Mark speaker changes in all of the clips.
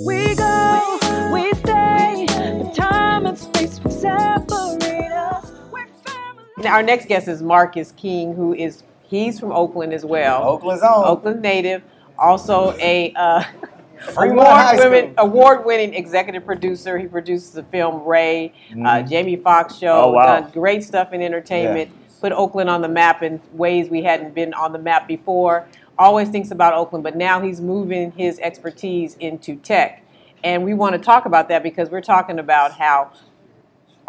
Speaker 1: We go, we stay, but time and space will separate us. We're family.
Speaker 2: Now, our next guest is Marcus King, who is he's from Oakland as well.
Speaker 3: Oakland's own.
Speaker 2: Oakland native, also a uh,
Speaker 3: Fremont High
Speaker 2: award
Speaker 3: School.
Speaker 2: women award winning executive producer. He produced the film Ray, uh,
Speaker 3: Mhm.
Speaker 2: Jamie Foxx show.
Speaker 4: Oh, wow.
Speaker 2: Done great stuff in entertainment. Put Oakland on the map in ways we hadn't been on the map before. Always thinks about Oakland, but now he's moving his expertise into tech. And we want to talk about that because we're talking about how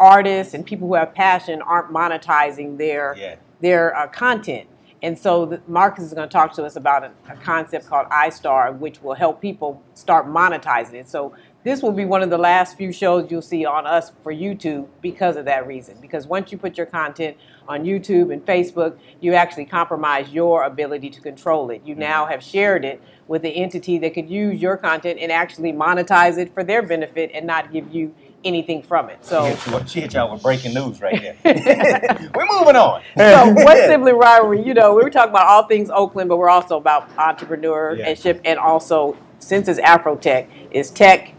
Speaker 2: artists and people who have passion aren't monetizing their
Speaker 3: Yeah.
Speaker 2: their uh, content. And so the, Marcus is going to talk to us about a, a concept called iStar, which will help people start monetizing it. So this will be one of the last few shows you'll see on us for YouTube because of that reason. Because once you put your content on YouTube and Facebook, you actually compromise your ability to control it. You now have shared it with the entity that could use your content and actually monetize it for their benefit and not give you anything from it.
Speaker 3: She
Speaker 2: So
Speaker 3: hit you- She hit y'all with breaking news right there. We're moving on.
Speaker 2: so what sibling rivalry? You know, we were talking about all things Oakland, but we're also about entrepreneurship and also since it's Afrotech, is tech,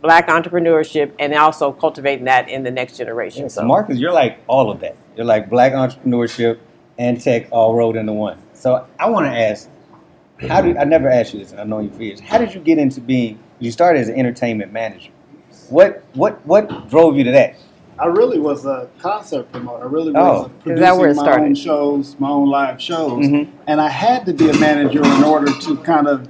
Speaker 2: black entrepreneurship, and also cultivating that in the next generation.
Speaker 3: So
Speaker 2: so
Speaker 3: Marcus, you're like all of that. You're like black entrepreneurship and tech all rolled into one. So I want to ask, how did I never asked you this, and I've known you for years. How did you get into being? You started as an entertainment manager. What what what drove you to that?
Speaker 5: I really was a concert promoter. I really
Speaker 3: Oh.
Speaker 5: was
Speaker 2: Is
Speaker 5: producing
Speaker 2: that where it
Speaker 5: my
Speaker 2: started?
Speaker 5: own shows, my own live shows,
Speaker 3: Mhm.
Speaker 2: Mm-hmm.
Speaker 5: and I had to be a manager in order to kind of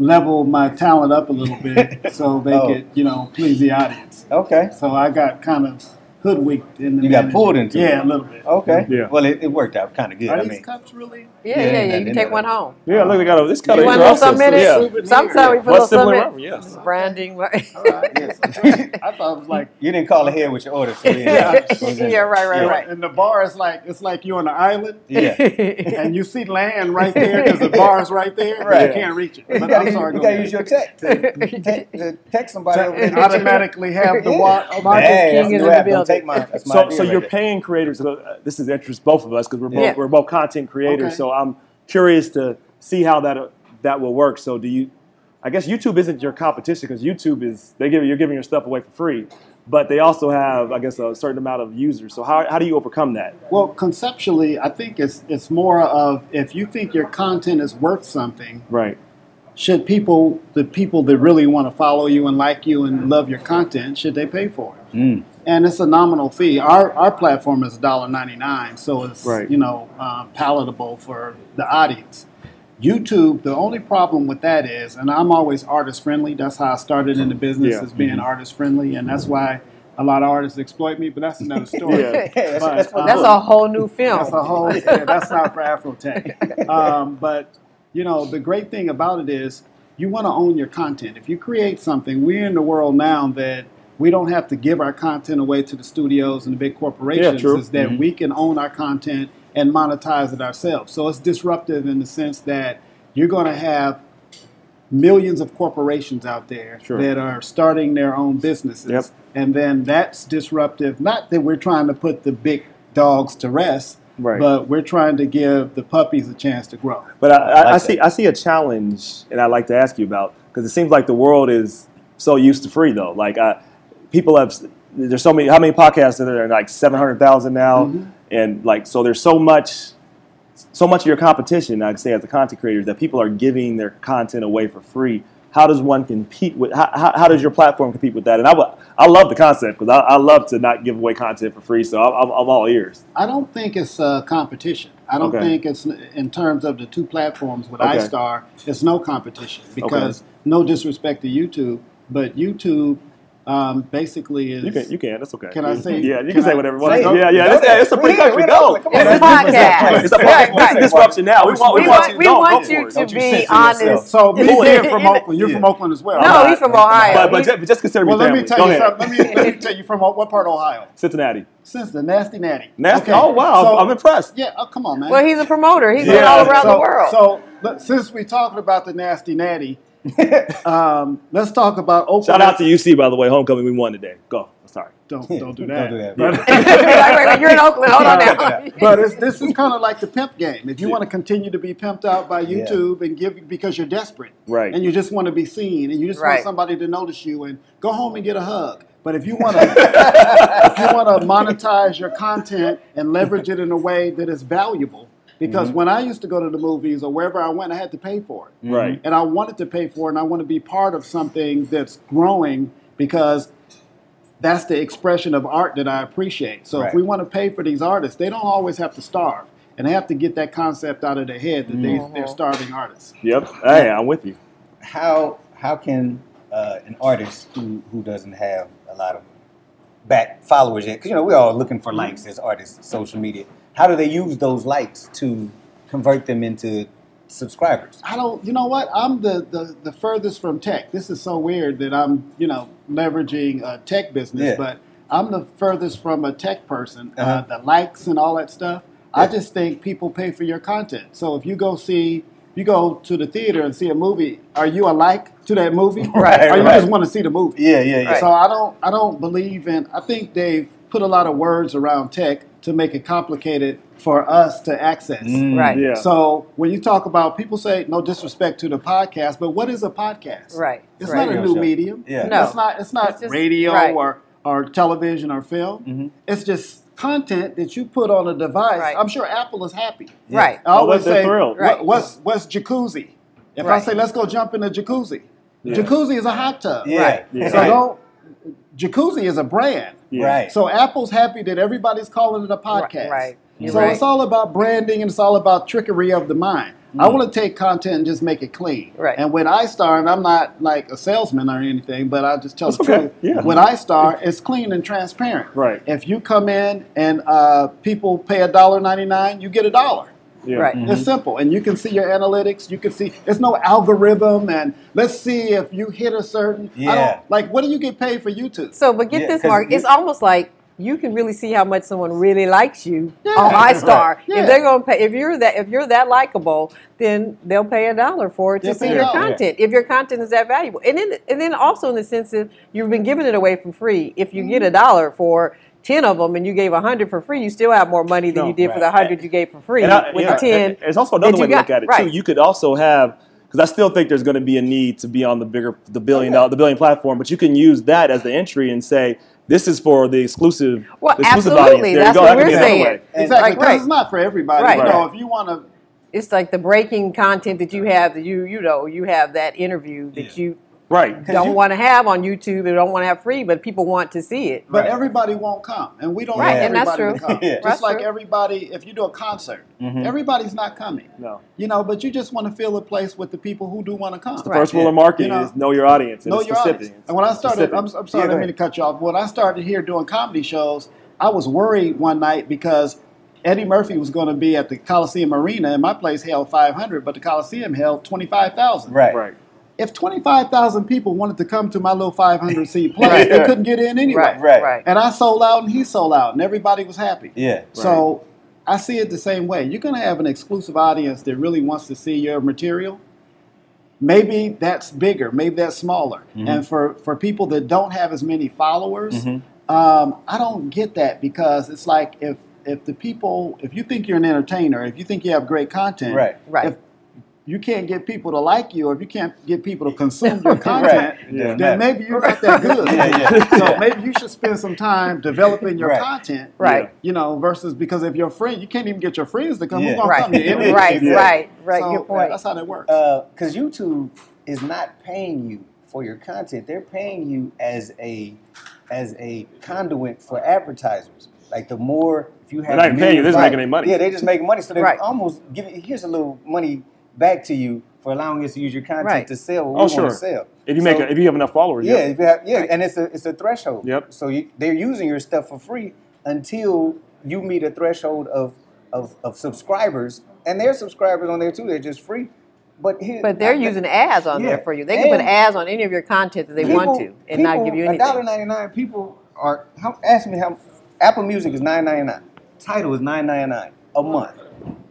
Speaker 5: level my talent up a little bit, so they
Speaker 3: Oh.
Speaker 5: could, you know, please the audience.
Speaker 3: Okay,
Speaker 5: So I got kind of hoodwinked in the.
Speaker 3: You got
Speaker 5: manager.
Speaker 3: pulled into it.
Speaker 5: yeah, a little bit.
Speaker 3: okay.
Speaker 4: Yeah.
Speaker 3: Well, it, it worked out kind of good.
Speaker 5: Are
Speaker 3: I
Speaker 5: these
Speaker 3: mean,
Speaker 5: cups really?
Speaker 2: yeah,
Speaker 3: Yeah,
Speaker 2: yeah, yeah.
Speaker 3: that-
Speaker 2: You can
Speaker 3: that-
Speaker 2: take
Speaker 3: that-
Speaker 2: one home.
Speaker 4: Yeah, look, they got a, this kind
Speaker 2: You
Speaker 4: of
Speaker 2: want to know something in it?
Speaker 4: Yeah.
Speaker 5: Souvenir.
Speaker 2: Sometimes we put a
Speaker 4: What's
Speaker 2: little
Speaker 4: sibling
Speaker 2: something.
Speaker 4: rivalry? Yes.
Speaker 2: Branding.
Speaker 5: All right.
Speaker 3: Yes.
Speaker 5: I thought it was like.
Speaker 3: you didn't call ahead with your order. So we
Speaker 2: yeah,
Speaker 3: didn't-
Speaker 2: right, right,
Speaker 3: Yeah.
Speaker 2: right.
Speaker 5: And the bar is like it's like you're on an island.
Speaker 3: Yeah.
Speaker 5: And you see land right there because the bar is right there, but
Speaker 3: Right.
Speaker 5: you can't reach it.
Speaker 3: You
Speaker 5: But
Speaker 3: gotta,
Speaker 5: I'm
Speaker 3: use-
Speaker 5: sorry,
Speaker 3: you
Speaker 5: go
Speaker 3: gotta use
Speaker 5: ahead.
Speaker 3: your tech to, te- to text somebody over
Speaker 5: and
Speaker 3: there.
Speaker 5: automatically have the
Speaker 3: Yeah.
Speaker 5: wa- uh,
Speaker 2: Marcus
Speaker 3: Hey,
Speaker 2: King
Speaker 3: that's
Speaker 2: is in
Speaker 3: the
Speaker 2: the
Speaker 3: rap.
Speaker 2: building.
Speaker 3: Don't take my, that's my
Speaker 4: So,
Speaker 3: idea
Speaker 4: so
Speaker 3: right
Speaker 4: you're
Speaker 3: there.
Speaker 4: paying creators. uh, This is interest both of us because we're both
Speaker 2: Yeah.
Speaker 4: we're both content creators.
Speaker 5: Okay.
Speaker 4: So I'm curious to see how that uh, that will work. So do you? I guess YouTube isn't your competition because YouTube is they give you're giving your stuff away for free, but they also have I guess a certain amount of users. So how, how do you overcome that?
Speaker 5: Well, conceptually, I think it's it's more of if you think your content is worth something,
Speaker 4: Right.
Speaker 5: should people the people that really want to follow you and like you and love your content should they pay for it?
Speaker 3: Mm.
Speaker 5: And it's a nominal fee. Our our platform is $1.99, so it's
Speaker 4: Right.
Speaker 5: you know uh, palatable for the audience. YouTube, the only problem with that is, and I'm always artist friendly. That's how I started in the business
Speaker 4: Yeah. Mm-hmm.
Speaker 5: as being artist friendly, and that's why a lot of artists exploit me. But that's another story.
Speaker 4: Yeah.
Speaker 3: Yeah, that's,
Speaker 5: But,
Speaker 3: that's what
Speaker 5: um,
Speaker 2: That's a whole new film.
Speaker 5: That's a whole. yeah, that's not for Afrotech. Um, but you know, the great thing about it is you want to own your content. If you create something, we're in the world now that we don't have to give our content away to the studios and the big corporations.
Speaker 4: true. Mm-hmm.
Speaker 5: Is that we can own our content and monetize it ourselves. So it's disruptive in the sense that you're going to have millions of corporations out there
Speaker 4: Sure.
Speaker 5: that are starting their own businesses.
Speaker 4: Yep.
Speaker 5: And then that's disruptive. Not that we're trying to put the big dogs to rest,
Speaker 4: Right.
Speaker 5: but we're trying to give the puppies a chance to grow.
Speaker 4: But I, I,
Speaker 3: I like
Speaker 4: I see
Speaker 3: that.
Speaker 4: I see a challenge, and I'd like to ask you about because it seems like the world is so used to free though. Like I, people have there's so many how many podcasts are there like seven hundred thousand now,
Speaker 3: Mm-hmm.
Speaker 4: and like so there's so much. So much of your competition, I'd say, as a content creator, that people are giving their content away for free. How does one compete with? How, how, how does your platform compete with that? And I, wa- I love the concept because I, I love to not give away content for free, so I'm, I'm, I'm all ears.
Speaker 5: I don't think it's a competition. I don't
Speaker 4: Okay.
Speaker 5: think it's in terms of the two platforms with
Speaker 4: Okay.
Speaker 5: iStar, it's no competition because no disrespect to YouTube, but YouTube um, basically is.
Speaker 4: You can, you can. That's okay.
Speaker 5: Can I say-
Speaker 4: Yeah, you can,
Speaker 5: can
Speaker 4: say
Speaker 5: I-
Speaker 4: whatever. you want.
Speaker 5: Say it.
Speaker 4: yeah, yeah. This, yeah, it's a free country. Go.
Speaker 2: It's a podcast.
Speaker 4: It's a
Speaker 2: Right,
Speaker 4: podcast. It's
Speaker 2: right.
Speaker 4: disruption now. We want, we
Speaker 2: We
Speaker 4: want,
Speaker 2: want-
Speaker 4: you,
Speaker 2: we
Speaker 4: no,
Speaker 2: want
Speaker 4: go
Speaker 2: you
Speaker 4: for it.
Speaker 2: to-
Speaker 3: Don't you
Speaker 2: be
Speaker 3: censor
Speaker 2: honest.
Speaker 3: yourself.
Speaker 5: so me
Speaker 2: Even-
Speaker 5: being from
Speaker 2: even-
Speaker 5: Oakland, you're
Speaker 3: yeah.
Speaker 5: from Oakland as well.
Speaker 2: no, he's from Ohio.
Speaker 4: But, but, just, but just consider me
Speaker 5: Well, let
Speaker 4: family.
Speaker 5: me tell
Speaker 4: go
Speaker 5: you
Speaker 4: ahead.
Speaker 5: something. Let me, let me tell you from what part of Ohio?
Speaker 4: Cincinnati.
Speaker 5: Since the nasty natty.
Speaker 4: Nasty.
Speaker 5: Okay.
Speaker 4: Oh wow,
Speaker 5: So-
Speaker 4: I'm impressed.
Speaker 5: Yeah, oh, come on, man.
Speaker 2: well, he's a promoter. He's
Speaker 4: Yeah.
Speaker 2: been all around
Speaker 5: so,
Speaker 2: the world.
Speaker 5: So but since we're talking about the nasty natty, Um, let's talk about open.
Speaker 4: Shout out to UC by the way, homecoming we won today. Go. Sorry.
Speaker 5: Don't don't do
Speaker 3: Don't
Speaker 5: that.
Speaker 3: do that.
Speaker 6: wait, wait, wait, you're in Oakland. Hold on now.
Speaker 5: But it's, this is kind of like the pimp game. If you want to continue to be pimped out by
Speaker 3: Yeah.
Speaker 5: YouTube and give because you're desperate,
Speaker 4: Right.
Speaker 5: and you just want to be seen, and you just
Speaker 6: Right.
Speaker 5: want somebody to notice you and go home and get a hug. But if you want to, if you want to monetize your content and leverage it in a way that is valuable, because when I used to go to the movies or wherever I went, I had to pay for it.
Speaker 4: Right.
Speaker 5: and I wanted to pay for it, and I want to be part of something that's growing because that's the expression of art that I appreciate. So if
Speaker 3: Right.
Speaker 5: we want to pay for these artists, they don't always have to starve, and they have to get that concept out of their head that they, they're starving artists.
Speaker 4: Yep. Hey, I'm with you.
Speaker 3: how how can uh, an artist who, who doesn't have a lot of back followers yet, because you know we're all looking for likes as artists, social media. How do they use those likes to convert them into subscribers?
Speaker 5: I don't, you know what? I'm the, the, the furthest from tech. This is so weird that I'm, you know, leveraging a tech business,
Speaker 3: Yeah.
Speaker 5: but I'm the furthest from a tech person. uh
Speaker 3: Uh-huh.
Speaker 5: the likes and all that stuff. I
Speaker 3: Yeah.
Speaker 5: just think people pay for your content. So if you go see, you go to the theater and see a movie, are you a like to that movie?
Speaker 3: Right,
Speaker 5: Or you
Speaker 3: right.
Speaker 5: just want to see the movie?
Speaker 3: Yeah, yeah, yeah.
Speaker 6: Right.
Speaker 5: So I don't, I don't believe in. I think they've put a lot of words around tech to make it complicated for us to access.
Speaker 3: Mm,
Speaker 6: Right.
Speaker 4: Yeah.
Speaker 5: So when you talk about people say no disrespect to the podcast, but what is a podcast?
Speaker 6: Right.
Speaker 5: It's
Speaker 6: right.
Speaker 5: not a
Speaker 3: Radio
Speaker 5: new
Speaker 3: show.
Speaker 5: medium.
Speaker 3: Yeah.
Speaker 6: No.
Speaker 5: It's not it's not
Speaker 6: It's just-
Speaker 5: radio
Speaker 6: right.
Speaker 5: or, or television or film.
Speaker 3: Mhm.
Speaker 5: It's just content that you put on a device.
Speaker 6: Right.
Speaker 5: I'm sure Apple is happy.
Speaker 6: Right.
Speaker 5: I always
Speaker 4: Oh, they're
Speaker 5: say
Speaker 4: thrilled.
Speaker 5: "What-
Speaker 6: Right.
Speaker 5: what's what's jacuzzi? If I
Speaker 6: Right.
Speaker 5: say let's go jump in a jacuzzi.
Speaker 4: Yeah.
Speaker 5: Jacuzzi is a hot tub.
Speaker 3: Yeah.
Speaker 6: Right.
Speaker 4: Yeah.
Speaker 5: So don't jacuzzi is a brand.
Speaker 4: Yeah.
Speaker 3: Right.
Speaker 5: So Apple's happy that everybody's calling it a podcast.
Speaker 6: right. You're
Speaker 5: So
Speaker 6: right.
Speaker 5: it's all about branding and it's all about trickery of the mind. I want to take content and just make it clean.
Speaker 6: Mm. Right.
Speaker 5: And with iStar, and I'm not like a salesman or anything, but I just tell
Speaker 4: That's
Speaker 5: the
Speaker 4: okay.
Speaker 5: truth.
Speaker 4: Yeah.
Speaker 5: With iStar, it's clean and transparent.
Speaker 4: Right.
Speaker 5: If you come in and uh, people pay a dollar ninety nine, you get a dollar.
Speaker 4: Yeah. Mm-hmm.
Speaker 6: Right.
Speaker 5: It's simple, and you can see your analytics. You can see it's no algorithm, and let's see if you hit a certain. I
Speaker 3: Yeah.
Speaker 5: don't, like, what do you get paid for YouTube?
Speaker 6: So, but get
Speaker 3: Yeah,
Speaker 6: this,
Speaker 3: 'cause
Speaker 6: Mark.
Speaker 3: you-
Speaker 6: it's almost like you can really see how much someone really likes you
Speaker 5: Yeah.
Speaker 6: on iStar.
Speaker 5: Yeah.
Speaker 6: If they're gonna pay, if you're that, if you're that likable, then they'll pay a dollar for it to
Speaker 5: They'll
Speaker 6: see
Speaker 5: pay a
Speaker 6: your
Speaker 5: dollar.
Speaker 6: content. If your content is that valuable, and then and then also in the sense that you've been giving it away for free. If you
Speaker 5: Mm-hmm.
Speaker 6: get a dollar for ten of them, and you gave a hundred for free, you still have more money than
Speaker 4: No,
Speaker 6: you did for
Speaker 3: right.
Speaker 6: the hundred you gave for free
Speaker 4: And I-
Speaker 6: with
Speaker 4: yeah,
Speaker 6: the ten.
Speaker 4: and It's also another
Speaker 6: that you
Speaker 4: way to look
Speaker 6: got.
Speaker 4: at it too.
Speaker 6: Right.
Speaker 4: You could also have because I still think there's going to be a need to be on the bigger, the billion dollar, the billion platform. But you can use that as the entry and say this is for the exclusive,
Speaker 6: Well,
Speaker 4: the exclusive
Speaker 6: absolutely.
Speaker 4: audience. There
Speaker 6: That's
Speaker 4: you go.
Speaker 6: what
Speaker 4: that could
Speaker 6: we're
Speaker 4: be another
Speaker 6: saying.
Speaker 4: way.
Speaker 3: And-
Speaker 5: Exactly,
Speaker 6: Like,
Speaker 5: 'cause
Speaker 6: right.
Speaker 5: it's not for everybody.
Speaker 6: Right.
Speaker 5: You know,
Speaker 4: Right.
Speaker 5: if you want to
Speaker 6: It's like the breaking content that you have that you you know you have that interview that
Speaker 3: Yeah.
Speaker 6: you
Speaker 4: Right.
Speaker 6: don't
Speaker 3: you-
Speaker 6: want to have on YouTube. They don't want to have free, but people want to see it.
Speaker 5: But
Speaker 3: Right.
Speaker 5: everybody won't come, and we don't
Speaker 3: Right,
Speaker 5: want
Speaker 3: and
Speaker 6: that's
Speaker 5: everybody
Speaker 6: true.
Speaker 5: to come.
Speaker 3: Yeah.
Speaker 5: Just
Speaker 6: That's
Speaker 5: like
Speaker 6: true. Mm-hmm.
Speaker 5: everybody, if you do a concert,
Speaker 3: Mhm.
Speaker 5: everybody's not coming.
Speaker 4: No.
Speaker 5: You know, but you just want to fill a place with the people who do want to come.
Speaker 6: Right.
Speaker 4: First rule of marketing
Speaker 5: You know,
Speaker 4: is know your audience. and
Speaker 5: Know
Speaker 4: it's
Speaker 5: your
Speaker 4: specific.
Speaker 5: audience. And when I
Speaker 4: It's
Speaker 5: started,
Speaker 4: specific.
Speaker 5: I'm, I'm sorry,
Speaker 3: Yeah,
Speaker 5: I
Speaker 3: go
Speaker 5: didn't mean to
Speaker 3: ahead.
Speaker 5: cut you off. When I started here doing comedy shows, I was worried one night because Eddie Murphy was going to be at the Coliseum Arena, and my place held 500, but the Coliseum held 25,000.
Speaker 3: Right.
Speaker 4: right.
Speaker 5: If 25,000 people wanted to come to my little 500 seat place,
Speaker 3: Right.
Speaker 5: they couldn't get in anyway.
Speaker 6: Right,
Speaker 3: Right.
Speaker 6: right,
Speaker 5: And I sold out and he sold out and everybody was happy.
Speaker 3: Yeah.
Speaker 5: So I see it the same way. You're going to have an exclusive audience that really wants to see your material. Maybe that's bigger, maybe that's smaller. And for, for people that don't have as many followers, um, I don't get that because it's like if if the people, if you think you're an entertainer, if you think you have great content,
Speaker 3: Right.
Speaker 6: Right.
Speaker 5: if you can't get people to like you, or if you can't get people to consume your content,
Speaker 4: Yeah.
Speaker 5: then maybe you're not that good.
Speaker 3: Yeah, yeah,
Speaker 5: So
Speaker 3: yeah.
Speaker 5: maybe you should spend some time developing your
Speaker 3: Right.
Speaker 5: content.
Speaker 6: Right.
Speaker 5: You know, versus because if your friend, you can't even get your friends to come. Who's
Speaker 3: Yeah.
Speaker 5: gonna
Speaker 6: right,
Speaker 5: come? Your enemies.
Speaker 6: right,
Speaker 4: Yeah.
Speaker 6: right, right.
Speaker 5: So,
Speaker 6: Good point.
Speaker 5: That's how that works.
Speaker 3: Uh, because YouTube is not paying you for your content. They're paying you as a as a conduit for advertisers. Like the more if you have,
Speaker 4: They're not even paying you, they're just
Speaker 3: millions-
Speaker 4: making their money.
Speaker 3: Yeah, they just making money. So they're
Speaker 6: Right.
Speaker 3: almost giving. Here's a little money back to you for allowing us to use your content
Speaker 6: Right.
Speaker 3: to sell what
Speaker 4: Oh,
Speaker 3: we
Speaker 4: sure.
Speaker 3: want to sell.
Speaker 4: If you make,
Speaker 3: So-
Speaker 4: a, if you have enough followers,
Speaker 3: yeah,
Speaker 4: yeah.
Speaker 3: if you have, yeah, and it's a it's a threshold.
Speaker 4: Yep.
Speaker 3: So you, they're using your stuff for free until you meet a threshold of of, of subscribers, and their subscribers on there too. They're just free, but here,
Speaker 6: but they're using ads on there
Speaker 3: Yeah.
Speaker 6: for you. They can put
Speaker 3: And
Speaker 6: ads on any of your content that they want to, and not give you anything.
Speaker 3: dollar ninety nine. People are how, ask me how Apple Music is nine ninety nine. Title is nine ninety nine a month.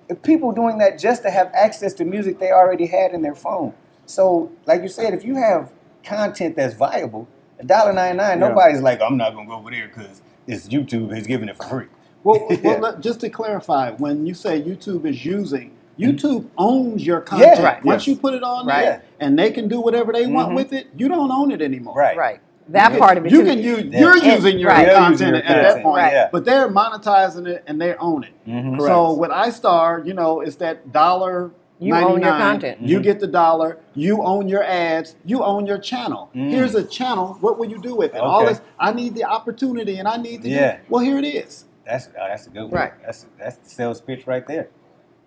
Speaker 3: If people doing that just to have access to music they already had in their phone. So, like you said, if you have content that's viable, a dollar ninety nine,
Speaker 4: Yeah.
Speaker 3: nobody's like, I'm not gonna go over there because it's YouTube is giving it for free.
Speaker 5: Well,
Speaker 3: Yeah.
Speaker 5: well let- just to clarify, when you say YouTube is using, YouTube owns your content.
Speaker 3: Mm-hmm. right.
Speaker 5: Once
Speaker 3: Yes.
Speaker 5: you put it on
Speaker 3: Right.
Speaker 5: there, and they can do whatever they want
Speaker 3: Mhm.
Speaker 5: with it, you don't own it anymore.
Speaker 3: Right.
Speaker 2: Right. That
Speaker 3: You
Speaker 2: part of it.
Speaker 5: You
Speaker 2: too.
Speaker 5: can use.
Speaker 3: Yeah.
Speaker 5: You're
Speaker 3: And-
Speaker 5: using your
Speaker 2: right.
Speaker 5: own
Speaker 3: They're using
Speaker 5: content
Speaker 3: your
Speaker 5: at that
Speaker 3: content,
Speaker 5: point,
Speaker 2: Right.
Speaker 3: yeah.
Speaker 5: but they're monetizing it and they own it.
Speaker 3: Mhm.
Speaker 5: So with iStar, you know, it's that dollar.
Speaker 2: You own your
Speaker 5: 99.
Speaker 2: content.
Speaker 5: You
Speaker 3: Mm-hmm.
Speaker 5: get the dollar. You own your ads. You own your channel. Here's a channel. What will you do with it? All
Speaker 3: Mm. Okay.
Speaker 5: this. I need the opportunity, and I need to. do-
Speaker 3: Yeah.
Speaker 5: well, here it is.
Speaker 3: That's oh, that's a good one.
Speaker 2: Right.
Speaker 3: That's that's the sales pitch right there.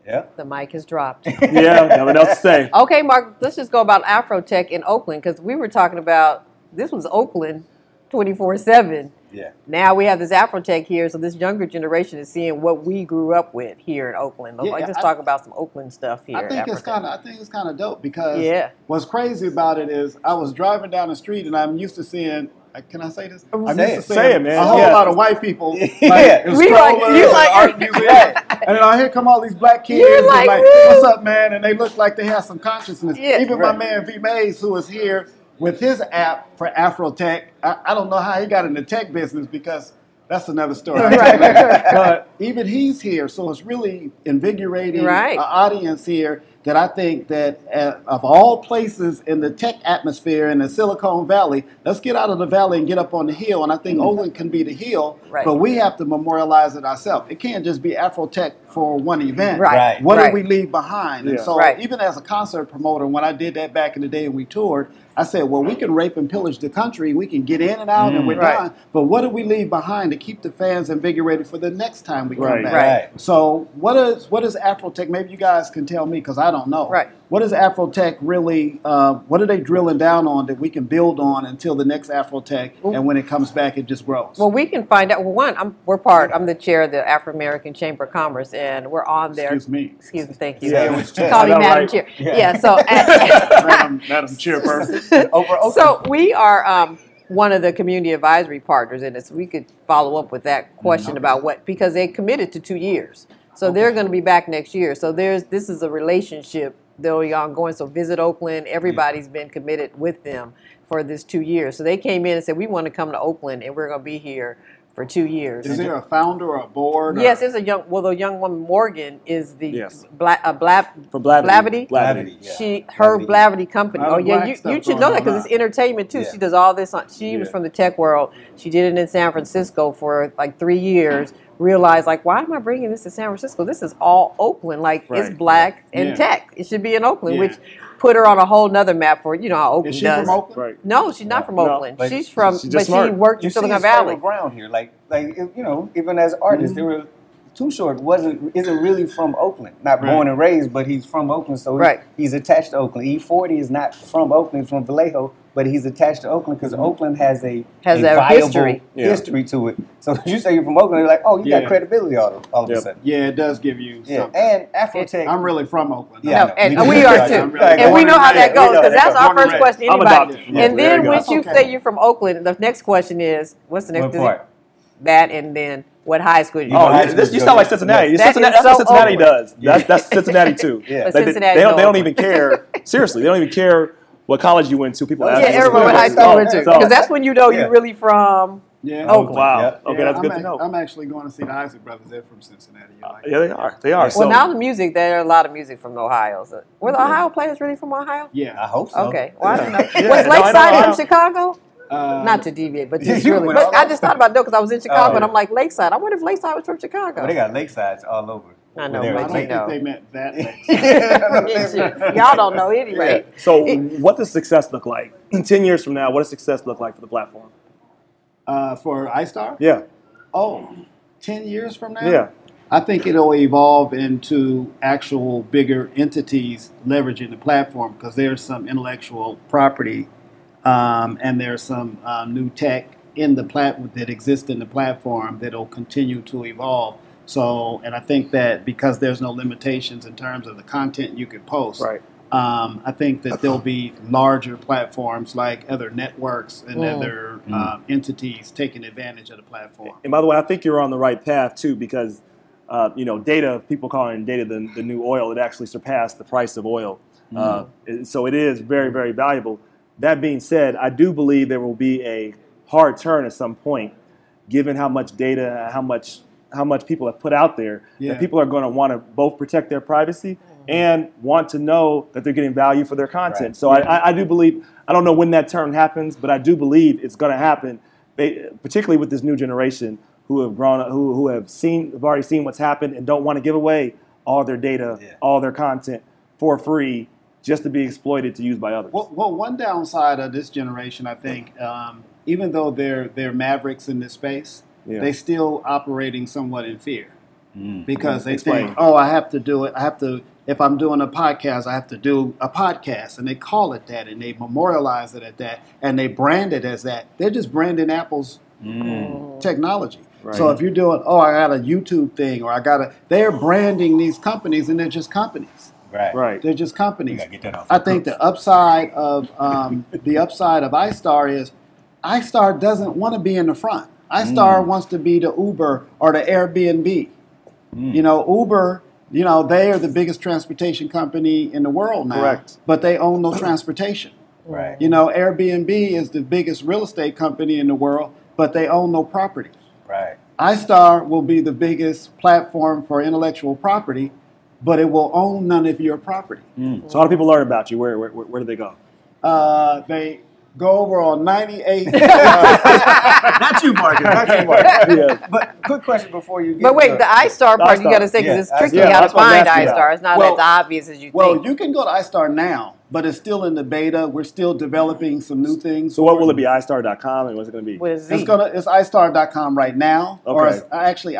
Speaker 3: Yeah.
Speaker 2: The mic is dropped.
Speaker 4: yeah, nothing else to say.
Speaker 2: Okay, Mark, let's just go about Afrotech in Oakland because we were talking about this was Oakland 24 7.
Speaker 3: Yeah.
Speaker 2: Now we have this Afrotech here, so this younger generation is seeing what we grew up with here in Oakland. Let's
Speaker 5: Yeah,
Speaker 2: like, just
Speaker 5: I-
Speaker 2: talk about some Oakland stuff here.
Speaker 5: I think it's kind of I think it's kind of dope because
Speaker 2: Yeah.
Speaker 5: what's crazy about it is I was driving down the street and I'm used to seeing uh, can I say this? I'm
Speaker 3: Say
Speaker 5: used to
Speaker 3: it.
Speaker 5: seeing
Speaker 4: Say it, man.
Speaker 5: a whole
Speaker 4: Yeah.
Speaker 5: lot of white people. Like,
Speaker 3: Yeah.
Speaker 5: in
Speaker 2: We like-
Speaker 5: strollers
Speaker 2: you
Speaker 5: and
Speaker 2: like-
Speaker 5: art museums. and then I here come all these black kids.
Speaker 2: You're
Speaker 5: and
Speaker 2: like,
Speaker 5: like,
Speaker 2: woo.
Speaker 5: what's up, man? And they look like they have some consciousness.
Speaker 2: Yeah.
Speaker 5: Even
Speaker 3: Right.
Speaker 5: my man V Mays, who is here with his app for Afrotech. I, I don't know how he got in the tech business because that's another story. but even he's here, so it's really invigorating
Speaker 2: Right.
Speaker 5: a audience here that I think that uh, of all places in the tech atmosphere in the Silicon Valley, let's get out of the valley and get up on the hill. And I think Oakland can be the hill,
Speaker 2: Mm-hmm. Right.
Speaker 5: but we have to memorialize it ourselves. It can't just be Afrotech for one event.
Speaker 2: Right.
Speaker 3: Right.
Speaker 5: What
Speaker 2: Right.
Speaker 5: do we leave behind? And
Speaker 4: Yeah.
Speaker 5: so
Speaker 2: Right.
Speaker 5: even as a concert promoter, when I did that back in the day and we toured, I said, well, we can rape and pillage the country. We can get in and out and we're
Speaker 2: Mm. Right.
Speaker 5: done. But what do we leave behind to keep the fans invigorated for the next time we come
Speaker 4: Right.
Speaker 5: back?
Speaker 2: Right.
Speaker 5: So what is what is Afrotech? Maybe you guys can tell me because I don't know.
Speaker 2: Right.
Speaker 5: What is Afrotech really? Uh, what are they drilling down on that we can build on until the next Afrotech, and when it comes back, it just grows.
Speaker 2: Well, we can find out. Well, one, I'm, we're part. I'm the chair of the Afro American Chamber of Commerce, and we're on there.
Speaker 5: Excuse me,
Speaker 2: Excuse me. Thank you.
Speaker 3: Yeah, it was
Speaker 2: You
Speaker 3: chair.
Speaker 2: Call me
Speaker 4: I know,
Speaker 2: Madam
Speaker 4: right?
Speaker 2: Chair. Yeah.
Speaker 3: Yeah.
Speaker 2: so.
Speaker 5: Madam, Madam Chairperson.
Speaker 3: Over Oakland.
Speaker 2: So we are um, one of the community advisory partners in this. We could follow up with that question about what because they committed to two years, so they're going to be back next year. So there's this is a relationship that'll be ongoing. So visit Oakland. Everybody's been committed with them for this two years. So they came in and said we want to come to Oakland and we're going to be here for two years.
Speaker 5: Is there a founder or a board? or-
Speaker 2: Yes, there's a young well, the young woman Morgan is the
Speaker 4: Yes.
Speaker 2: black a black
Speaker 4: For
Speaker 2: Blavity?
Speaker 4: Blavity.
Speaker 3: Blavity, yeah.
Speaker 2: she her Blavity company.
Speaker 5: Lot
Speaker 2: Oh
Speaker 5: of
Speaker 2: yeah,
Speaker 5: black
Speaker 2: you,
Speaker 5: stuff
Speaker 2: you should
Speaker 5: going
Speaker 2: know that
Speaker 5: on
Speaker 2: because it's
Speaker 5: now.
Speaker 2: entertainment too.
Speaker 3: Yeah.
Speaker 2: She does all this. On, she was
Speaker 4: Yeah.
Speaker 2: from the tech world. She did it in San Francisco for like three years. Realized like, why am I bringing this to San Francisco? This is all Oakland. Like it's
Speaker 4: Right.
Speaker 2: black and
Speaker 5: Yeah.
Speaker 2: tech. It should be in Oakland,
Speaker 5: Yeah.
Speaker 2: which put her on a whole nother map for you know how Oakland
Speaker 5: Is she
Speaker 2: does.
Speaker 5: from Oakland?
Speaker 4: Right.
Speaker 2: No, she's not from
Speaker 4: No,
Speaker 2: Oakland.
Speaker 3: but
Speaker 2: she's from,
Speaker 4: she's
Speaker 2: but
Speaker 4: just smart.
Speaker 2: she worked in
Speaker 3: you see
Speaker 2: Silicon
Speaker 3: it's
Speaker 2: Valley. Mm-hmm.
Speaker 3: fertile ground here. Like, like if- you know, even as artists, there were Too Short wasn't isn't really from Oakland. Not
Speaker 5: Right.
Speaker 3: born and raised, but he's from Oakland, so he-
Speaker 2: Right.
Speaker 3: he's attached to Oakland. E forty is not from Oakland, it's from Vallejo, but he's attached to Oakland because Oakland has a
Speaker 2: Mm-hmm. Has
Speaker 3: a
Speaker 2: a
Speaker 3: viable
Speaker 2: history.
Speaker 4: Yeah.
Speaker 3: history to it. So you say you're from Oakland, you're like, oh, you
Speaker 5: Yeah.
Speaker 3: got credibility all, of- all of a
Speaker 4: Yep.
Speaker 3: sudden.
Speaker 5: Yeah, it does give you
Speaker 3: Yeah,
Speaker 5: something.
Speaker 3: and Afrotech.
Speaker 5: I'm really from Oakland.
Speaker 3: Yeah,
Speaker 2: No,
Speaker 3: I know.
Speaker 2: and we are
Speaker 3: I'm
Speaker 2: too.
Speaker 3: really like
Speaker 2: And we
Speaker 3: born
Speaker 2: know how
Speaker 3: and
Speaker 2: that
Speaker 3: raised.
Speaker 2: goes
Speaker 3: We know
Speaker 2: because
Speaker 3: that
Speaker 2: that's
Speaker 5: goes.
Speaker 2: our
Speaker 5: Born and
Speaker 2: first question.
Speaker 5: raised.
Speaker 4: I'm
Speaker 2: Anybody.
Speaker 4: adopted.
Speaker 2: And
Speaker 4: There
Speaker 2: then
Speaker 4: you go.
Speaker 2: once you
Speaker 5: Okay.
Speaker 2: say you're from Oakland, the next question is, what's the
Speaker 3: What
Speaker 2: next?
Speaker 3: part?
Speaker 2: That and then what high school you
Speaker 3: know,
Speaker 4: Oh,
Speaker 2: go
Speaker 3: high
Speaker 4: you,
Speaker 2: to.
Speaker 3: school
Speaker 4: this, you
Speaker 3: goes
Speaker 4: sound like
Speaker 3: in.
Speaker 4: Cincinnati. You
Speaker 2: That is
Speaker 4: Cincinnati that's what
Speaker 2: so
Speaker 4: Cincinnati
Speaker 2: Oakland.
Speaker 4: does. That's, that's Cincinnati too.
Speaker 3: Yeah.
Speaker 4: Like, they,
Speaker 2: Cincinnati's
Speaker 4: they don't, they don't
Speaker 2: Oakland.
Speaker 4: even care. Seriously, they don't even care what college you went to. People
Speaker 3: Yeah,
Speaker 4: ask.
Speaker 2: Oh, Yeah,
Speaker 4: us.
Speaker 2: everyone what high school
Speaker 3: Oh,
Speaker 2: went to.
Speaker 3: yeah.
Speaker 2: Because that's when you know
Speaker 3: Yeah.
Speaker 2: you're really from.
Speaker 5: Yeah.
Speaker 2: Oakland.
Speaker 4: Oh, Wow.
Speaker 3: Yep.
Speaker 4: Okay,
Speaker 5: Yeah,
Speaker 4: that's
Speaker 5: I'm
Speaker 4: good
Speaker 5: ac-
Speaker 4: to know. Uh,
Speaker 5: I'm actually going to see the Isaac brothers. They're from Cincinnati. You like
Speaker 4: yeah, they are. They are.
Speaker 3: Well,
Speaker 4: so,
Speaker 2: Well, now the music, there are a lot of music from Ohio. So, were the Ohio players really from Ohio?
Speaker 3: I
Speaker 5: Yeah.
Speaker 3: hope so.
Speaker 2: Okay. Well, I don't know.
Speaker 4: Yeah.
Speaker 2: Was
Speaker 4: No, I
Speaker 2: Lakeside
Speaker 4: don't-
Speaker 2: from
Speaker 4: I don't-
Speaker 2: Chicago?
Speaker 5: Uh,
Speaker 2: Not to deviate, but just
Speaker 3: You
Speaker 2: really.
Speaker 3: went
Speaker 2: But
Speaker 3: all
Speaker 2: I
Speaker 3: over.
Speaker 2: just thought about no, because I was in Chicago,
Speaker 3: Oh.
Speaker 2: and I'm like Lakeside. I wonder if Lakeside was from Chicago.
Speaker 3: Well, they got lakesides all over.
Speaker 2: I know,
Speaker 3: Well, they're
Speaker 5: I don't
Speaker 2: but you
Speaker 3: lake-
Speaker 5: think
Speaker 2: know.
Speaker 5: they meant that.
Speaker 2: Y'all don't know anyway.
Speaker 4: so what does success look like? Ten years from now, what does success look like for the platform?
Speaker 5: Uh, for iStar?
Speaker 4: Yeah.
Speaker 5: Oh, 10 years from now?
Speaker 4: Yeah.
Speaker 5: I think it'll evolve into actual bigger entities leveraging the platform because there's some intellectual property um, and there's some um, new tech in the plat- that exists in the platform that'll continue to evolve. So, and I think that because there's no limitations in terms of the content you can post,
Speaker 4: Right.
Speaker 5: um, I think that there'll be larger platforms like other networks and
Speaker 2: Mm.
Speaker 5: other um, entities taking advantage of the platform.
Speaker 4: And by the way, I think you're on the right path too, because uh, you know, data people calling data the, the new oil. It actually surpassed the price of oil. Uh, and so it is very, very valuable. That being said, I do believe there will be a hard turn at some point, given how much data, how much how much people have put out there.
Speaker 5: Yeah.
Speaker 4: That people are going to want to both protect their privacy and want to know that they're getting value for their content.
Speaker 3: Mm-hmm. Right.
Speaker 4: So I, I, I do believe I don't know when that turn happens, but I do believe it's going to happen. They, particularly with this new generation who have grown, up, who who have seen, have already seen what's happened, and don't want to give away all their data,
Speaker 3: Yeah.
Speaker 4: all their content for free, just to be exploited to use by others.
Speaker 5: Well, well, one downside of this generation, I think, um, even though they're they're mavericks in this space,
Speaker 4: Yeah.
Speaker 5: they still operating somewhat in fear
Speaker 3: Mm.
Speaker 5: because they
Speaker 4: Explain.
Speaker 5: think, oh, I have to do it. I have to. If I'm doing a podcast, I have to do a podcast, and they call it that, and they memorialize it at that, and they brand it as that. They're just branding Apple's
Speaker 3: Mm.
Speaker 5: technology. So if you're doing, oh, I got a YouTube thing, or I got a, they're branding these companies, and they're just companies.
Speaker 3: Right.
Speaker 4: right.
Speaker 5: They're just
Speaker 3: You
Speaker 5: companies.
Speaker 3: gotta get that off.
Speaker 5: I think the upside of um, the upside of iStar is iStar doesn't want to be in the front. iStar wants to be the Uber or the Airbnb. You know, Uber. You know, they are the biggest transportation company in the world now.
Speaker 4: Correct.
Speaker 5: But they own no transportation.
Speaker 3: Right.
Speaker 5: You know, Airbnb is the biggest real estate company in the world, but they own no property
Speaker 3: Right.
Speaker 5: iStar will be the biggest platform for intellectual property, but it will own none of your property.
Speaker 4: Mm. So how do people learn about you? Where where, where, where do they go?
Speaker 5: Uh, they go over on 98. uh,
Speaker 3: Not you, Marcus. Not you, Marcus. But quick question before you get.
Speaker 2: But wait,
Speaker 3: to-
Speaker 2: the iStar part you got to say
Speaker 3: Yeah,
Speaker 2: because
Speaker 3: I-
Speaker 2: it's tricky
Speaker 3: yeah,
Speaker 2: how to
Speaker 4: that's what I'm
Speaker 2: find
Speaker 4: asking
Speaker 2: iStar.
Speaker 4: about.
Speaker 2: It's not
Speaker 5: Well-
Speaker 2: as obvious as you
Speaker 5: well,
Speaker 2: think.
Speaker 5: you can go to iStar now, but it's still in the beta. We're still developing some new things.
Speaker 4: So what will it be? iStar.com and what's it going to be?
Speaker 6: With a Z.
Speaker 5: It's gonna it's iStar.com right now, or
Speaker 4: Okay.
Speaker 5: it's actually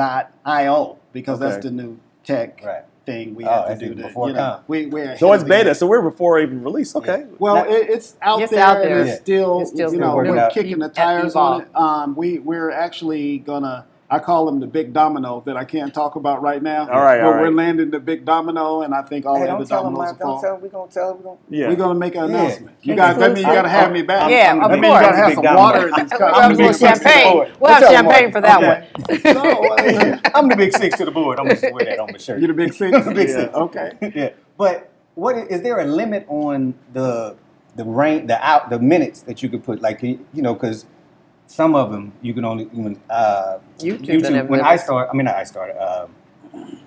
Speaker 5: iStar.io because that's
Speaker 4: Okay.
Speaker 5: the new tech
Speaker 3: Right.
Speaker 5: thing we
Speaker 3: Oh,
Speaker 5: have to
Speaker 3: that's
Speaker 5: do.
Speaker 3: even
Speaker 5: to,
Speaker 3: before
Speaker 5: you know,
Speaker 3: com.
Speaker 5: we, we're
Speaker 4: so it's
Speaker 5: heavily-
Speaker 4: beta. So we're before even release. Okay.
Speaker 5: Well, it, it's out
Speaker 2: It's
Speaker 5: there.
Speaker 2: out
Speaker 5: and
Speaker 2: there.
Speaker 5: it's, still,
Speaker 2: It's still
Speaker 5: you know,
Speaker 3: working
Speaker 5: we're
Speaker 3: out.
Speaker 5: kicking the
Speaker 2: Ev-
Speaker 5: tires on it. Um, we we're actually gonna. I call them the big domino that I can't talk about right now.
Speaker 4: All right,
Speaker 5: but
Speaker 4: all
Speaker 5: we're
Speaker 4: right.
Speaker 5: landing the big domino, and I think all
Speaker 3: Hey,
Speaker 5: the
Speaker 3: don't
Speaker 5: other
Speaker 3: tell him,
Speaker 5: dominoes
Speaker 3: Mark.
Speaker 5: will fall.
Speaker 3: Don't tell him. We gonna tell him. We gonna.
Speaker 4: yeah.
Speaker 5: We're gonna make an
Speaker 3: Yeah.
Speaker 5: announcement. You
Speaker 3: Okay.
Speaker 5: guys, that means you gotta have me back.
Speaker 2: Yeah, of
Speaker 5: that means you
Speaker 2: course.
Speaker 5: gotta have
Speaker 3: Big
Speaker 5: some
Speaker 3: domino.
Speaker 5: water in these cups.
Speaker 2: We'll have
Speaker 3: I'm the
Speaker 2: more
Speaker 3: big six to the
Speaker 2: champagne. We'll
Speaker 3: board.
Speaker 2: have
Speaker 3: What's up,
Speaker 2: champagne
Speaker 3: Mark?
Speaker 2: for that one.
Speaker 3: Okay.
Speaker 5: So, uh,
Speaker 3: I'm the big six to the board. I'm just wear that on my shirt.
Speaker 5: you're the big six.
Speaker 3: The big
Speaker 5: Yeah,
Speaker 3: six.
Speaker 5: Okay.
Speaker 3: yeah. But what is, is there a limit on the the rain the out the minutes that you could put like you know because some of them you can only when uh,
Speaker 2: YouTube
Speaker 3: YouTube,
Speaker 2: doesn't have
Speaker 3: when I
Speaker 2: limits.
Speaker 3: started I mean not I started um,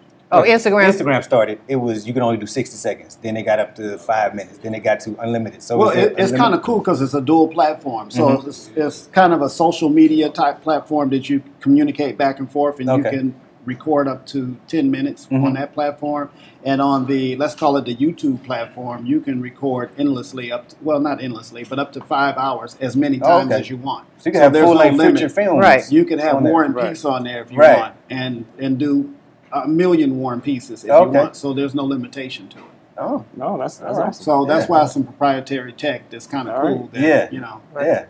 Speaker 2: Oh, Instagram.
Speaker 3: Instagram started it was you can only do sixty seconds then it got up to five minutes then it got to unlimited so
Speaker 5: Well,
Speaker 3: is there
Speaker 5: it, it's
Speaker 3: unlimited-
Speaker 5: kind of cool because it's a dual platform. So
Speaker 3: Mm-hmm.
Speaker 5: it's, it's kind of a social media type platform that you communicate back and forth, and
Speaker 3: Okay. Mm-hmm.
Speaker 5: you can record up to 10 minutes on that platform. And on the, let's call it the YouTube platform, you can record endlessly up, to, well, not endlessly, but up to five hours as many
Speaker 3: Oh,
Speaker 5: times
Speaker 3: okay.
Speaker 5: as you want.
Speaker 3: so you can
Speaker 5: So
Speaker 3: have
Speaker 5: there's
Speaker 3: full
Speaker 5: no
Speaker 3: length
Speaker 5: limit.
Speaker 3: feature films
Speaker 2: Right.
Speaker 5: You can have
Speaker 3: on there.
Speaker 5: War and
Speaker 4: Right.
Speaker 5: Peace on there if you
Speaker 3: Right.
Speaker 5: want, and, and do a million War and Pieces if
Speaker 3: Okay.
Speaker 5: you want. So there's no limitation to it.
Speaker 3: oh
Speaker 4: no, that's that's
Speaker 3: All right.
Speaker 4: awesome.
Speaker 5: So that's
Speaker 3: Yeah.
Speaker 5: why some proprietary tech that's kind of
Speaker 4: All right.
Speaker 5: cool. That,
Speaker 3: Yeah.
Speaker 5: You know,
Speaker 3: yeah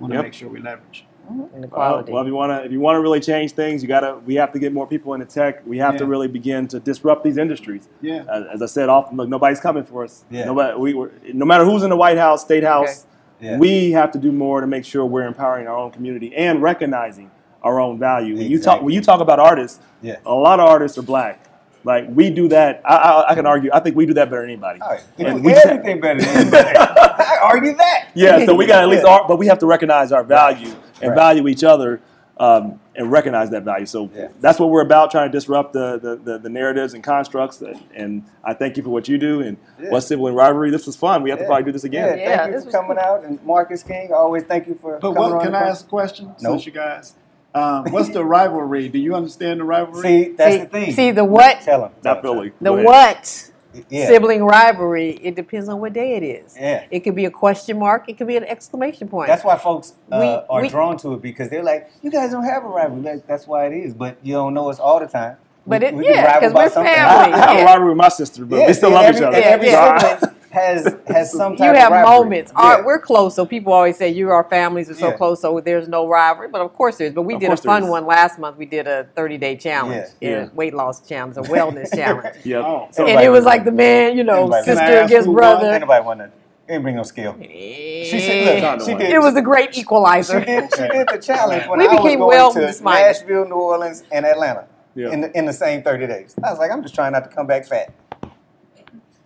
Speaker 5: want to
Speaker 4: Yep.
Speaker 5: make sure we leverage.
Speaker 4: Well,
Speaker 2: Inequality.
Speaker 4: well, if you wanna if you wanna really change things, you gotta we have to get more people into tech. We have to
Speaker 5: Yeah.
Speaker 4: really begin to disrupt these industries.
Speaker 5: Yeah.
Speaker 3: Uh,
Speaker 4: As, as I said, often look, nobody's coming for us.
Speaker 3: Yeah.
Speaker 4: Nobody, we were, no matter who's in the White House, State House,
Speaker 3: yeah
Speaker 4: we have to do more to make sure we're empowering our own community and recognizing our own value. When you talk
Speaker 3: Exactly.
Speaker 4: when you talk about artists,
Speaker 3: Yeah.
Speaker 4: a lot of artists are black. Like we do that. I, I, I can argue. I think we do that better than anybody.
Speaker 3: all right we
Speaker 4: And
Speaker 3: do
Speaker 4: we just-
Speaker 3: everything better than anybody. I argue that
Speaker 4: Yeah, so we got to at least, our, but we have to recognize our value and
Speaker 3: Right.
Speaker 4: value each other um, and recognize that value. So
Speaker 3: Yeah.
Speaker 4: that's what we're about, trying to disrupt the the, the, the narratives and constructs. And, and I thank you for what you do and
Speaker 3: Yeah.
Speaker 4: what's civil and rivalry. This was fun. We have to probably do this again.
Speaker 3: yeah,
Speaker 2: Yeah,
Speaker 3: thank you
Speaker 2: this
Speaker 3: for
Speaker 2: was
Speaker 3: coming out and Marcus King I always thank you for
Speaker 5: But
Speaker 3: coming
Speaker 5: what
Speaker 3: on
Speaker 5: can
Speaker 3: the
Speaker 5: I
Speaker 3: podcast.
Speaker 5: ask a question?
Speaker 3: Nope.
Speaker 5: Since you guys, um, what's the rivalry? Do you understand the rivalry?
Speaker 3: See, that's
Speaker 2: see,
Speaker 3: the thing.
Speaker 2: see the what,
Speaker 3: tell him.
Speaker 4: Not Philly.
Speaker 2: the
Speaker 4: Go ahead.
Speaker 2: what
Speaker 3: Yeah.
Speaker 2: sibling rivalry. It depends on what day it is.
Speaker 3: Yeah.
Speaker 2: It could be a question mark. It could be an exclamation point.
Speaker 3: That's why folks uh,
Speaker 2: We-
Speaker 3: are
Speaker 2: we-
Speaker 3: drawn to it because they're like, you guys don't have a rivalry. That- That's why it is. But you don't know us all the time.
Speaker 2: But
Speaker 3: We-
Speaker 2: it-
Speaker 3: we can
Speaker 2: yeah,
Speaker 3: rival
Speaker 2: 'cause
Speaker 3: by
Speaker 2: we're
Speaker 3: something.
Speaker 2: family.
Speaker 4: I have
Speaker 2: Yeah.
Speaker 4: a rivalry with my sister, but
Speaker 3: Yeah,
Speaker 4: we still
Speaker 3: and
Speaker 4: love each
Speaker 3: every-
Speaker 4: other.
Speaker 3: and Every
Speaker 2: Yeah.
Speaker 3: sibling has has some type
Speaker 2: you have
Speaker 3: of rivalry.
Speaker 2: moments. Our,
Speaker 3: Yeah.
Speaker 2: we're close, so people always say you our families are so
Speaker 3: Yeah.
Speaker 2: close, so there's no rivalry. But of course there is. But we
Speaker 4: Of
Speaker 2: did a
Speaker 4: course there
Speaker 2: fun
Speaker 4: is.
Speaker 2: one last month. We did a 30 day challenge,
Speaker 4: Yeah.
Speaker 2: a
Speaker 4: Yeah.
Speaker 2: weight loss challenge, a wellness challenge.
Speaker 4: Yeah.
Speaker 5: Oh,
Speaker 3: So-
Speaker 2: and it was like the man, you know,
Speaker 3: Everybody-
Speaker 5: Can I
Speaker 2: sister
Speaker 5: ask
Speaker 2: against
Speaker 5: who won?
Speaker 3: Ain't
Speaker 2: brother.
Speaker 3: nobody want to. Ain't bring no scale. She said,
Speaker 2: Eh,
Speaker 3: look, she did.
Speaker 2: it was a great
Speaker 3: She
Speaker 2: equalizer.
Speaker 3: did, she did the challenge when
Speaker 2: We
Speaker 3: I was
Speaker 2: became
Speaker 3: going
Speaker 2: well
Speaker 3: to
Speaker 2: misminded.
Speaker 3: Nashville, New Orleans, and Atlanta
Speaker 4: Yeah.
Speaker 3: in, the, in the same 30 days. I was like, I'm just trying not to come back fat.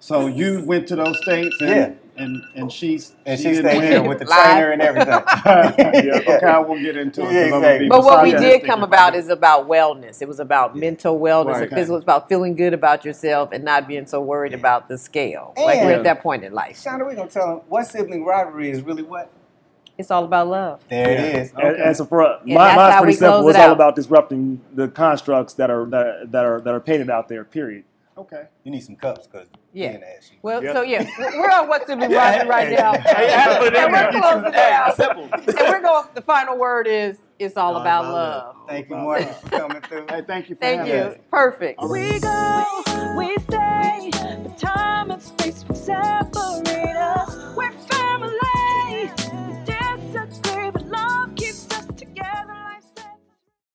Speaker 5: So you went to those states, and
Speaker 3: Yeah.
Speaker 5: and, and she's
Speaker 3: And
Speaker 5: she
Speaker 3: she,
Speaker 5: didn't
Speaker 3: stayed
Speaker 5: win.
Speaker 3: here with the
Speaker 2: Live.
Speaker 3: trainer and everything.
Speaker 5: yeah, okay, I won't get into it. 'cause
Speaker 3: Yeah,
Speaker 5: I'm gonna
Speaker 3: exactly.
Speaker 5: be
Speaker 3: But
Speaker 2: But what we did
Speaker 5: misogynistic
Speaker 2: come
Speaker 5: if I
Speaker 2: about
Speaker 5: do.
Speaker 2: is about wellness. It was about mental wellness
Speaker 5: Right.
Speaker 2: and physical. It was about feeling good about yourself and not being so worried about the scale. like we're
Speaker 3: And-
Speaker 2: at that point in life.
Speaker 3: Shonda, we gonna tell them what sibling rivalry is really what?
Speaker 2: It's all about love.
Speaker 3: There it
Speaker 5: Yeah.
Speaker 3: is.
Speaker 4: And,
Speaker 5: Okay.
Speaker 4: and so for us,
Speaker 2: And
Speaker 4: my,
Speaker 2: that's
Speaker 4: mine's
Speaker 2: how
Speaker 4: pretty
Speaker 2: we
Speaker 4: simple.
Speaker 2: close
Speaker 4: It's
Speaker 2: it
Speaker 4: all
Speaker 2: out.
Speaker 4: about disrupting the constructs that are that, that are that are painted out there. Period.
Speaker 5: okay.
Speaker 3: You need some cups because
Speaker 2: Yeah.
Speaker 3: yeah. ask you.
Speaker 2: Well,
Speaker 4: Yeah.
Speaker 2: so yeah, we're- we're on what's in the rising right now,
Speaker 3: Hey, I had to put it in
Speaker 2: and we're
Speaker 3: there.
Speaker 2: closing it out. And we're going. The final word is it's all about love.
Speaker 3: Thank you, Marcus, for coming through.
Speaker 5: Hey, thank you for
Speaker 2: Thank
Speaker 5: having
Speaker 2: you.
Speaker 5: us.
Speaker 2: Perfect.
Speaker 1: We go, we stay, the time and